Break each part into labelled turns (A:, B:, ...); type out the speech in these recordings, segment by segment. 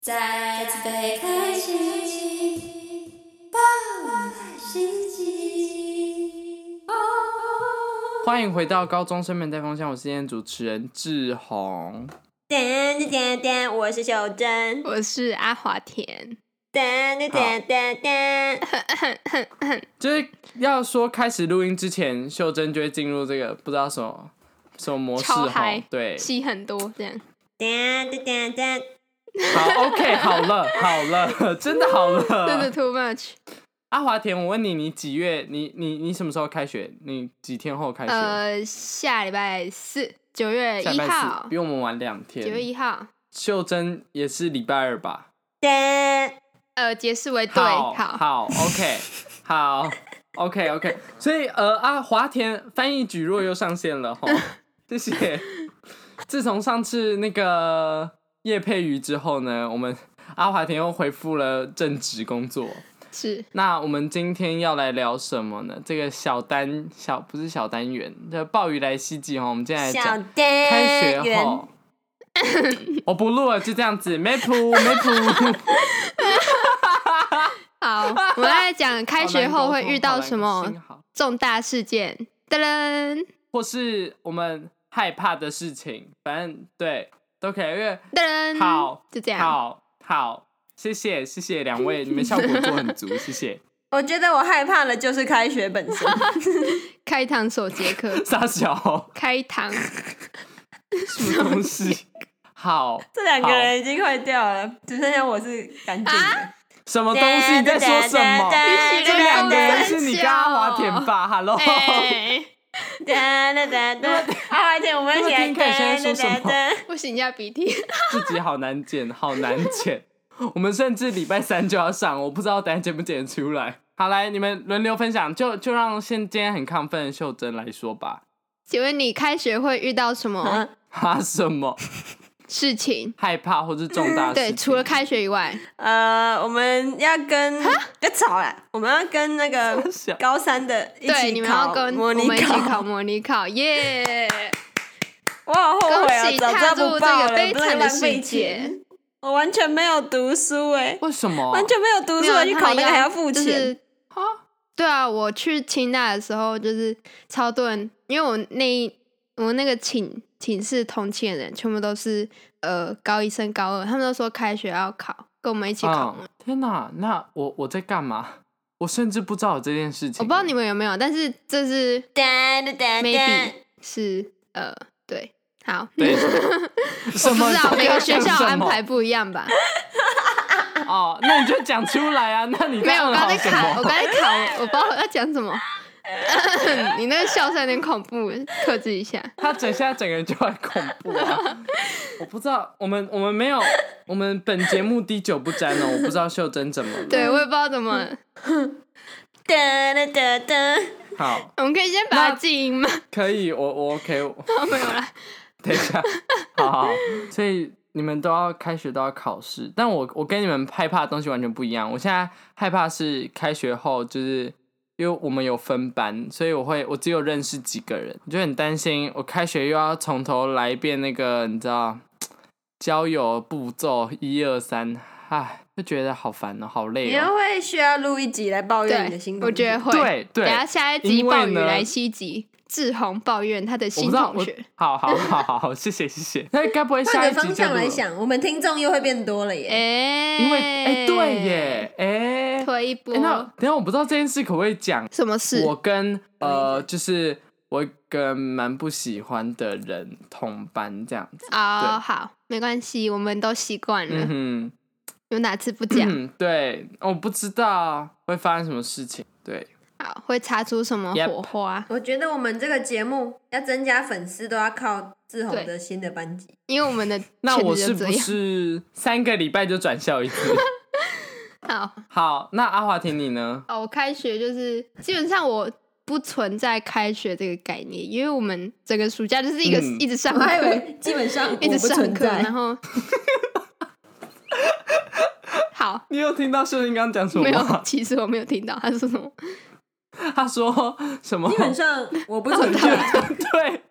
A: 再次被开启，爆满心机。
B: 欢迎回到高中生们带风向，我是今天主持人志宏。
A: 噔噔噔噔，我是小珍。
C: 我是阿华田，
A: 噔噔噔噔噔，
B: 就是要说开始录音之前，秀珍就会进入这个不知道什么什么模式
C: 超
B: 哈
C: 嗨。
B: 对，
C: 戏很多 这样。
A: 噔噔噔噔。
B: 好，OK，好了，好了， 真的好
C: 真的
B: 了。
C: too much。
B: 阿华田，我问你，你几月？你你你什么时候开学？你几天后开学？
C: 呃，下礼拜四，九月
B: 下礼
C: 一
B: 拜四，
C: 号
B: 比，我们晚两
C: 九月
B: 天。
C: 一号，
B: 秀珍也是礼拜二吧？
A: 噔，
C: 呃，结束为对，
B: 好
C: 好，
B: 好，OK，好，OK OK。所以呃啊，华田翻译局若又上线了吼，谢谢。自从上次那个叶佩瑜之后呢，我们阿华田又恢复了正职工作。
C: 是
B: 那我们今天要来聊什么呢？这个小单小不是小单元，这鲍鱼来袭击哈，我们今天来
A: 小
B: 讲
A: 灯
B: 开学
A: 圆，
B: 后，我不录了，就这样子，没谱没谱。
C: 好。我 们来讲 开学后会遇到什
B: 好难沟通好难
C: 么
B: 心好
C: 重大事件。噔噔
B: 或是我们害怕的事情，反正对都可以。因为
C: 噔噔，
B: 好，
C: 就这样。
B: 好好，谢谢谢谢两位，你们效果做很足，谢谢。，
A: 我觉得我害怕的就是开学本身。
C: 开膛手杰克
B: 傻小
C: 开 膛，
B: 什么东西？好，
A: 这两个人已经快掉了，只剩下我是干净的。
B: 什么东西？你在说什么？
C: 你起
B: 这
C: 了
B: 两个人
C: 公
B: 是你
C: 司
B: 跟阿
C: 叫
B: 华田吧？Hello，
C: 哎，
A: 哒哒哒哒，阿
B: 啊
A: 华姐，我们一起来
B: 那么听可以先说什么
A: 哒哒哒
C: 不行，要鼻涕。
B: 自己好难剪，好难剪。我们甚至礼拜三就要上，我不知道等下剪不剪得出来。好，来你们轮流分享，就就让现今天很亢奋的秀珍来说吧。
C: 请问你开学会遇到什
B: 啊
C: 么
A: 嗯
B: 哈什么？
C: 事情？
B: 害怕或是重大事情。
C: 嗯对，除了开学以外，
A: 呃，我们要跟别吵了，我们要跟那个
B: 小
A: 高三的一
C: 对，你
A: 起
C: 们要
A: 考
C: 跟
A: 模
C: 我
A: 拟
C: 们一起考
A: 考。
C: 模拟考， 耶！
A: 我好后悔啊
C: 恭，喜
A: 早知道
C: 踏
A: 不
C: 入
A: 报
C: 这
A: 了，
C: 个悲
A: 不能
C: 惨的
A: 浪费
C: 世界
A: 钱。。我完全没有读书哎，
B: 为什么？
A: 完全没有读
C: 没
A: 书，
C: 有
A: 我去考那个还要付。
C: 他
A: 钱。
C: 们对啊，我去清大的时候，就是超多人，因为我那一我那个寝寝室同寝的人，全部都是呃高一升高二，他们都说开学要考，跟我们一起
A: 哦
C: 考。
B: 嗯天哪！那我我在干嘛？我甚至不知道有这件事情。
C: 我不知道你们有没有，但是这是
A: 哒哒哒
C: maybe 是呃对，好，
B: 对
C: 我
B: 什
C: 不
B: 么
C: 知道每个学校
B: 什么
C: 安排不一样吧？
B: 哦，那你就讲出来啊！那你
C: 没有，我
B: 刚
C: 刚才
B: 什
C: 卡，我
B: 么？
C: 刚才卡，我不知道我要讲什么。你那个笑声有点恐怖，克制一下。
B: 他整现在整个人就很恐怖啊！ 我不知道，我们我们没有，我们本节目滴酒不沾哦。我不知道秀珍怎么了。
C: 对，我也不知道怎么，
A: 哒哒哒哒。
B: 好，
C: 我们可以先把它静音吗？
B: 可以，我我 OK，我
C: 没有啦，
B: 等一下，好好，所以你们都要开学都要考试，但我我跟你们害怕的东西完全不一样。我现在害怕是开学后，就是因为我们有分班，所以我会我只有认识几个人，我就很担心我开学又要从头来一遍那个你知道交友步骤一二三，唉，就觉得好烦哦、好累
A: 你
B: 哦、
A: 又会需要录一集来抱怨你的
C: 对
A: 心，
C: 我觉得会。
B: 对对
C: 等一下下一集
B: 因为
C: 暴雨
B: 呢
C: 来袭击，志宏抱怨他的
B: 我不
C: 新
B: 知道，
C: 同
B: 我
C: 学。
B: 好好好好好，谢谢谢谢。 那该不会下
A: 换
B: 一
A: 个
B: 集
A: 方
B: 就
A: 向
B: 录
A: 来
B: 了？
A: 想，我们听众又会变多了耶。
C: 哎，
B: 因为哎、对，耶，哎、
C: 推一波
B: 欸、那等一下我不知道这件事可不可以讲。
C: 什么事？哦
B: 我跟呃，就是我跟蛮不喜欢的人同班这样子。
C: 哦，好，没关系，我们都习惯了。
B: 嗯
C: 有哪次不
B: 哼，
C: 讲？
B: 嗯对，我不知道会发生什么事情。对，
C: 好，会擦出什么
B: Yep
C: 火花？
A: 我觉得我们这个节目要增加粉丝，都要靠志宏
C: 对
A: 的新的班 级。
C: 因为我们的
B: 那
C: 圈
B: 我
C: 子
B: 是
C: 就
B: 不
C: 这样。
B: 是三个礼拜就转校一 次？
C: 好，
B: 好，那阿华庭你呢？
C: 哦，我开学就是基本上我不存在开学这个概念，因为我们整个暑假就是一个、
B: 嗯
C: 一直上
A: 我还以
C: 课，
A: 为基本上
C: 一直
A: 我不
C: 上
A: 存
C: 课，啊
A: 在
C: 然 后好
B: 你有听到秀英刚刚讲什
C: 没
B: 么啊
C: 有，
B: 吗？
C: 其实我没有听到他说什么，
B: 他说什么？
A: 基本上我不存
C: 哦
A: 在。
B: 对，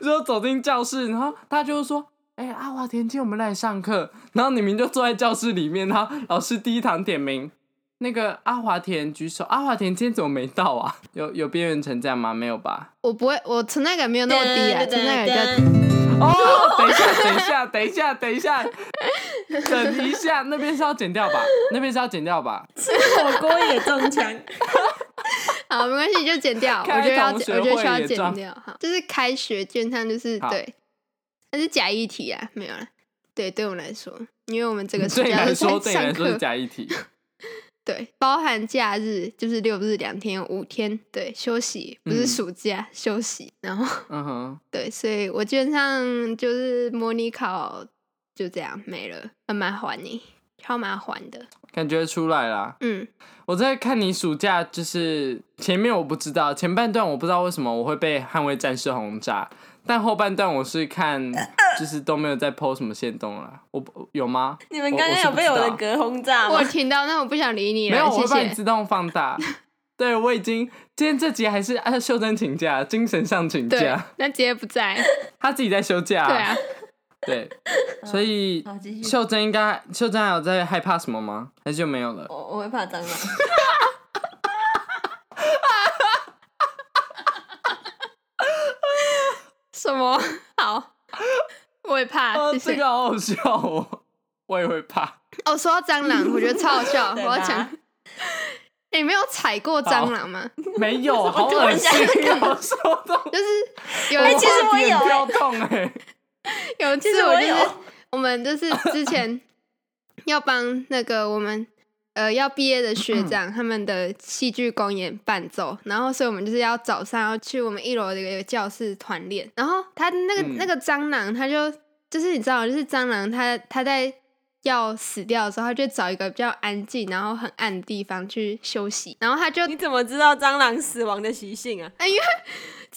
B: 说走进教室，然后他就说：“哎、阿华田，今天我们来上课。”然后你们就坐在教室里面，然后老师第一堂点名，那个阿华田举手，阿华田今天怎么没到啊？ 有有边缘成这样吗？没有吧？
C: 我不会，我存在感没有那么 低啊，存在感比较低。
A: 噔
B: 哦，等一下，等一下，等一下，等一下，等一下，那边是要剪掉吧？ 那边是要剪掉吧？
A: 吃火锅也中枪，
C: 好，没关系，你就剪掉。我
B: 开
C: 觉得要，
B: 同
C: 我
B: 学
C: 觉得需要
B: 会也
C: 剪
B: 装
C: 掉。好，就是开学卷上就是
B: 好
C: 对，它是假议题啊，没有了。对，对我们来说，因为我们这个暑
B: 嗯对你
C: 假
B: 来
C: 都
B: 说，
C: 在
B: 对你来
C: 上
B: 说是
C: 课，
B: 假议题。
C: 对，包含假日就是六日两天，有五天对休息，不是
B: 嗯
C: 暑假、休息。然后
B: 嗯哼，
C: 对，所以我基本上就是模拟考就这样没了，很麻烦呢，超麻烦的。
B: 感觉出来啦。
C: 嗯，
B: 我在看你暑假，就是前面我不知道，前半段我不知道为什么我会被《捍卫战士》轰炸，但后半段我是看，就是都没有在 PO 什么线动了。我不有吗？
A: 你们
B: 我
A: 刚
B: 我
A: 刚
B: 是
A: 有
B: 不
A: 被
B: 知
A: 我的
B: 道
A: 嗝轰炸吗
C: 我？听到，那我不想理你
B: 啊没有，
C: 了，
B: 我
C: 谢
B: 会帮你
C: 谢。
B: 自动放 大。对，我已经今天这集还是按秀珍请假，精神上请
C: 对
B: 假，，
C: 那直接不 在。
B: 她自己在休假。
C: 对啊， 嗯
B: 对，所以
A: 好，继续。
B: 秀珍应该，秀珍还有在害怕什么吗？还是就没有了？
A: 我我会怕蟑螂。
C: 什么？好，我也怕。
B: 哦，
C: 啊谢谢
B: 这个好好笑哦， 我也会怕。
C: 哦，说到蟑螂，我觉得超 好笑。我
A: 对
C: 要
A: 吧
C: 讲， 你没有踩过蟑螂吗？
B: 没有，好
A: 突然
B: 恶心哦，手动。
C: 就是有
A: 哎
C: 一
A: 其
C: 次
A: 实，我有
B: 点
A: 哎
B: 跳动哎，
C: 有一
A: 其实
C: 次我
A: 我
C: 就是
A: 有
C: 我们就是之前要帮那个我们呃要毕业的学长他们的戏剧公演伴奏，然后所以我们就是要早上要去我们一楼的一个教室团练，然后他那个、
B: 嗯
C: 那个蟑螂，他就就是你知道，就是蟑螂它它在。要死掉的时候，它就找一个比较安静，然后很暗的地方去休息。然后它就哎
A: 你怎么知道蟑螂死亡的习性 啊？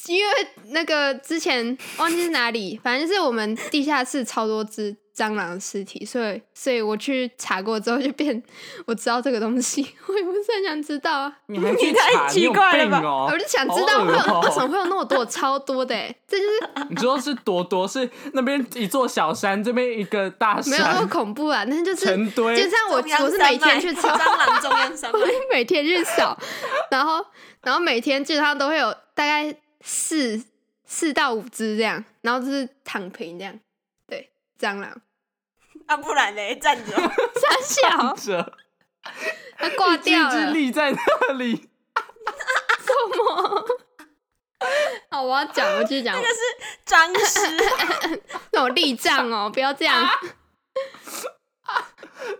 C: 因为那个之前忘记是哪里，反正就是我们地下室超多只蟑螂的尸体，所以所以我去查过之后就变我知道这个东西， 我也不是很想知道啊，
B: 你还去
A: 你太
B: 查？你
A: 奇
B: 有
A: 怪了
B: 病
A: 吧
B: 哦！
C: 我就想知
B: 好
C: 道会
B: 恶
C: 有
B: 哦
C: 为什么会有那么多，超多的欸，这就是
B: 你说是多多，是那边一座小山，这边一个大
C: 没有那么
B: 山，
C: 恐怖啊，但是就是
B: 成堆
C: 就像我
A: 中央
C: 我是
A: 山
C: 每天
A: 脉
C: 去 查。
A: 蟑螂中央 山脉
C: 我会每天去扫，然后然后每天基本上都会有大概四四到五只这样，然后就是躺平这样，对，蟑 螂，
A: 啊，不然嘞，站着。
C: 傻小，
B: 着
C: 它挂掉
B: 一只
C: 了，
B: 立在那里。
C: 什么？好，我要讲，我继续讲，
A: 这是僵尸，，
C: 那种立障哦，不要这样，太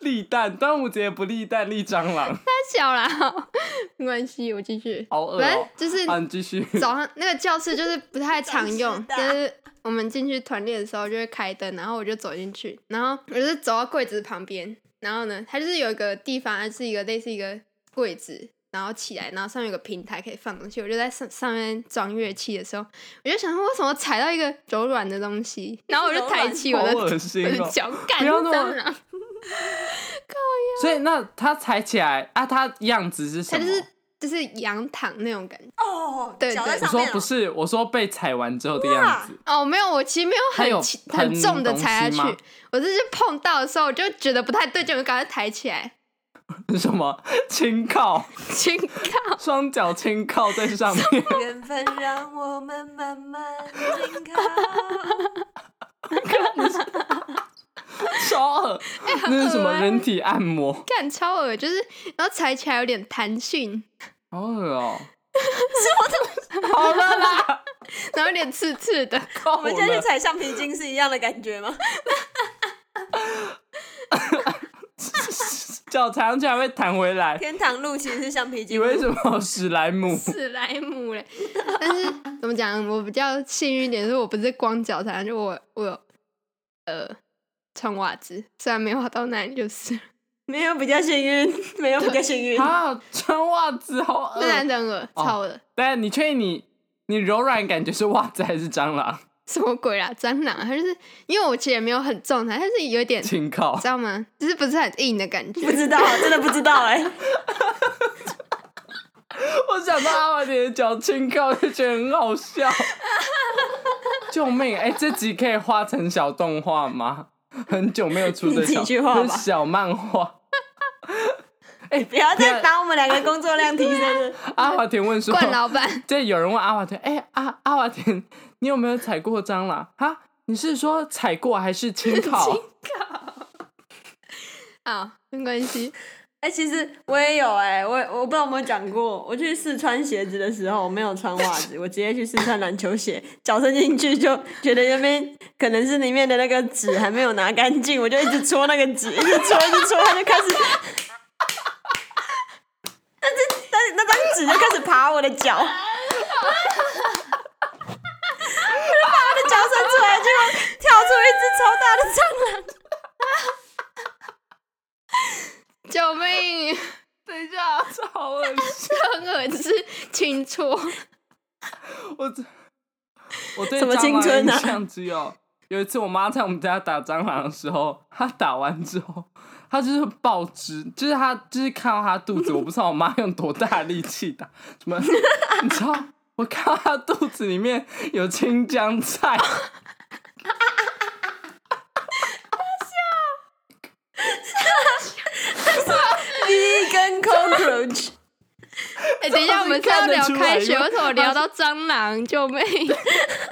B: 立蛋，端午节不立蛋，立蟑 螂，
C: 小了，好 没关系，我继续，
B: 好恶
C: 反正
B: 哦。
C: 就是
B: 啊，你继 续。
C: 早上那个教室就是不太常用
A: 真
C: 就是
A: 的
C: 是我们进去团练的时候就会开灯，然后我就走进去，然后我就是走到柜子旁边，然后呢，它就是有一个地方，它是一个类似一个柜子，然后起来，然后上面有个平台可以放东西，我就在上上面装乐器的时候，我就想说为什么踩到一个柔软的东西，然后我就抬起我的
B: 好 恶
C: 我
B: 心
C: 的
B: 哦！
C: 脚干
B: 不要那么
C: 蟑螂，
B: 所以那它踩起来啊，它样子是
C: 它
B: 什
C: 就
B: 么？
C: 是哦就是羊躺那种感觉。
A: 哦，
C: 对
A: 脚
C: 对
A: 在
B: 我
A: 上
B: 说
A: 面、
B: 不
A: 哦。
B: 是，我说被踩完之后的样子。
C: 哦，没有，我其实没有
B: 它有
C: 很轻很
B: 喷
C: 重的
B: 东
C: 踩
B: 西
C: 下
B: 吗
C: 去，我就是碰到的时候我就觉得不太对劲，我就赶快抬起来，
B: 是什么？轻靠，
C: 轻靠，
B: 双脚轻靠在上面。
A: 缘分让我们慢慢 紧靠。
B: 超恶，
C: 哎
A: 哎
B: 那是什
A: 欸
B: 么人体按摩？
C: 干超恶，就是然后踩起来有点弹性，
B: 好恶 哦、好了啦，
C: 然后有点刺刺 的，
A: 我们现在去踩橡皮筋是一样的感觉吗？
B: 脚踩上去还会弹回来，
A: 天堂路其实是橡皮筋。
B: 以为什么史莱姆？
C: 史莱姆嘞。但是怎么讲，我比较幸运一点，是我不是光脚踩，就我我有呃穿袜子，虽然没有到那里，就是
A: 没有比较幸运，没有比较幸运。
B: 啊，穿袜子好恶
C: 这。
A: 啊
C: 男的很恶，
B: 哦
C: 超恶，
B: 但你确定你你柔软感觉是袜子还是蟑螂？
C: 什么鬼啦，蟑螂啊，它就是因为我其实也没有很重它，它是有点。
B: 轻靠
C: 知，道吗？就是不是很硬的感觉
A: 不。知道，真的不知道哎、
B: 我想到阿华田的脚轻靠就觉得很好笑，救命！哎、这集可以画成小动画吗？很久没有出的
A: 你自己
B: 小
A: 去画吧
B: 跟小漫画。哎、
A: 不要再
B: 打
A: 把我们两个工作量提升了。
B: 阿华田问说，
C: 冠老板，
B: 这有人问阿华田，哎、阿阿华田，你有没有踩过蟑螂？哈，你是说踩过还是轻烤？
C: 好，没关系。
A: 哎、其实我也有哎、我我不知道有没有讲过，我去试穿鞋子的时候，我没有穿袜子，我直接去试穿篮球鞋，脚伸进去就觉得那边可能是里面的那个纸还没有拿干净，我就一直搓那个纸，一直搓，一直搓，它就开始，但是但是那张纸就开始爬我的脚， 我就把我的脚伸出来，结果跳出一只超大的蟑螂。
C: 救命！ 等一下，
B: 好恶心！
C: 很恶心，清 错。
B: 我这我对
A: 什么青
B: 蟑螂
A: 春
B: 印
A: 啊
B: 象只有有一次，我妈在我们家打蟑螂的时候，她打完之后，她就是爆汁，就是她就是看到她肚子，我不知道我妈用多大的力气打，什么 你知道？我看到她肚子里面有青江菜，
A: 一根 cockroach。
C: 哎、等一下，我们是要聊开学，为什么 聊到蟑螂？救命！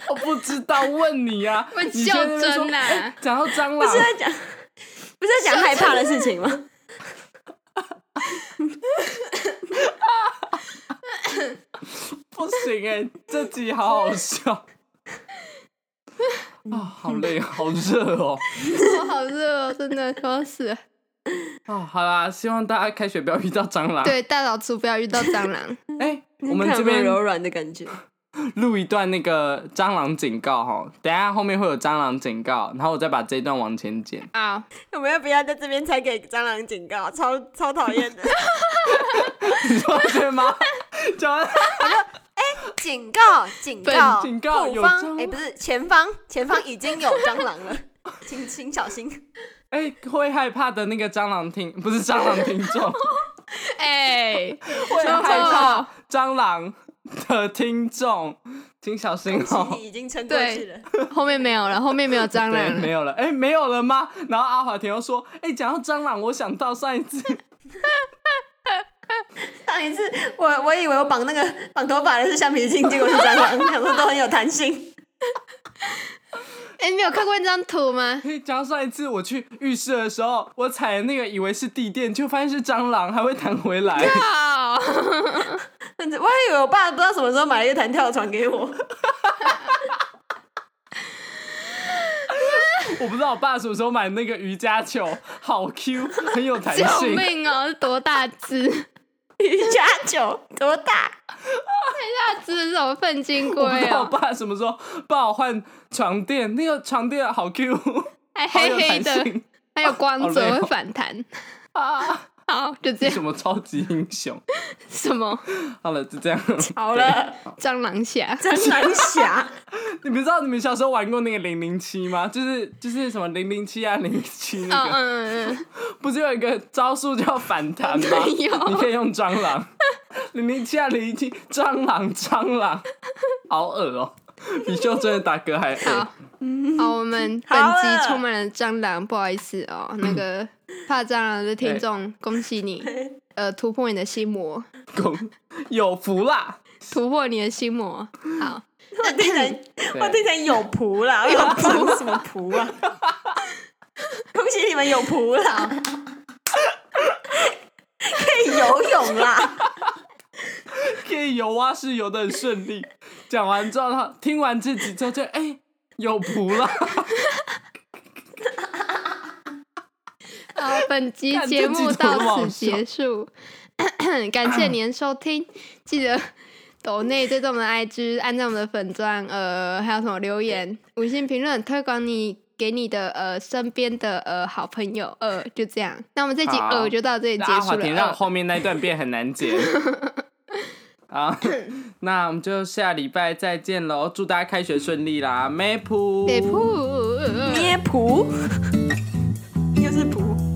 B: 我不知道问你啊，
C: 问
B: 你现在在那边说
C: 秀珍啊
B: 哎讲到蟑
A: 不是
B: 螂，
A: 在讲， 不是在讲害怕的事情吗？
B: 不行哎、这集好好笑 啊、好累，好热哦。
C: 我好热哦，真的，我要死了。
B: 哦，好啦，希望大家开学不要遇到蟑螂。，
C: 对，大扫除不要遇到蟑 螂。
B: 哎、我们
A: 看
B: 这
A: 有没有
B: 边
A: 柔软的感觉，
B: 录一段那个蟑螂警告哈，等一下后面会有蟑螂警告，然后我再把这一段往前剪。
C: 好，
A: 我们要不要在这边才给蟑螂警告？超超讨厌的
B: 你说对吗？讲完
A: 警告，警告，
B: 警告
A: 后
B: 有蟑
A: 方
B: 螂
A: 哎、不是前方，前方已经有蟑螂了， 请请小心。
B: 哎、会害怕的那个蟑螂听不是蟑螂听 众，
C: 哎、
B: 会害怕蟑螂的听众，请小心
A: 请
B: 哦。
A: 你已经撑过去了，
C: 后面没有了，后面没有蟑
B: 对，
C: 螂
B: 没
C: 了。
B: 有了。哎、没有了吗？然后阿华田又说：“哎、讲到蟑螂，我想到上一 次
A: 上一次我我以为我绑那个绑头发的是橡皮筋，结果是蟑螂， 想说都很有弹性。
C: 哎、你有看过那张图 吗？
B: 可以讲上一次我去浴室的时候，我踩的那个以为是地垫，就发现是蟑螂，还会弹回来。
C: 啊好，
A: 我还以为我爸不知道什么时候买了一个弹跳床给我，
B: 我不知道我爸什么时候买那个瑜伽球，好 Q，很有弹
C: 救
B: 性。
C: 命哦，多大只？
A: 瑜伽球多大？
C: 大只是什么粪金龟
B: 我不知道我
C: 哦？
B: 爸什么时候帮我换床垫，那个床垫好 Q，好
C: 还
B: 有
C: 黑黑
B: 弹
C: 的，
B: 性
C: 还有光
B: 好累
C: 泽
B: 哦
C: 会反弹。
B: 啊！
C: 好，就这样。
B: 什么超级英雄？
C: 什么
B: 好了，就这 样。
A: 好了，
C: 蟑螂侠？
A: 蟑螂 侠。
B: 你们知道你们小时候玩过那个零零七吗？就是就是什么零零七啊，零零七
C: 嗯
B: 那个，
C: 嗯嗯嗯，
B: 不是有一个招数叫反弹吗？
C: 对有
B: 你可以用蟑 螂，零零七啊，零零七，蟑螂，蟑螂，好恶哦、比秀珍的打嗝还恶
C: 好。嗯好，我们本
A: 好了
C: 集充满了蟑螂，不好意思 哦，那个怕蟑螂的听众，恭喜你，呃，突破你的心魔，
B: 公有福啦！
C: 突破你的心魔。好，
A: 我听 成
B: 对
A: 我听成有仆啦， 有仆什么仆啊？ 恭喜你们有仆 啦，可以游泳啦！
B: 可以游蛙式游的很顺利。讲完之后，他听完这集之后就哎、有福啦！
C: 好，本集
B: 看
C: 节
B: 这集
C: 目
B: 怎么那么
C: 到
B: 好
C: 此
B: 笑
C: 结束， 感谢您的收听，记得抖内追踪我们的 IG，按照我们的粉钻，呃，还有什么留言、五星评论，推广你给你的呃身边的呃好朋友，呃，就这样。那我们这集
B: 好
C: 呃就到这里结
B: 阿
C: 束
B: 华
C: 了，嗯
B: 田让
C: 呃
B: 后面那段变很难剪。 好，那我们就下礼拜再见喽！祝大家开学顺利啦，Map。
C: 北部。
A: 咩仆，又是仆。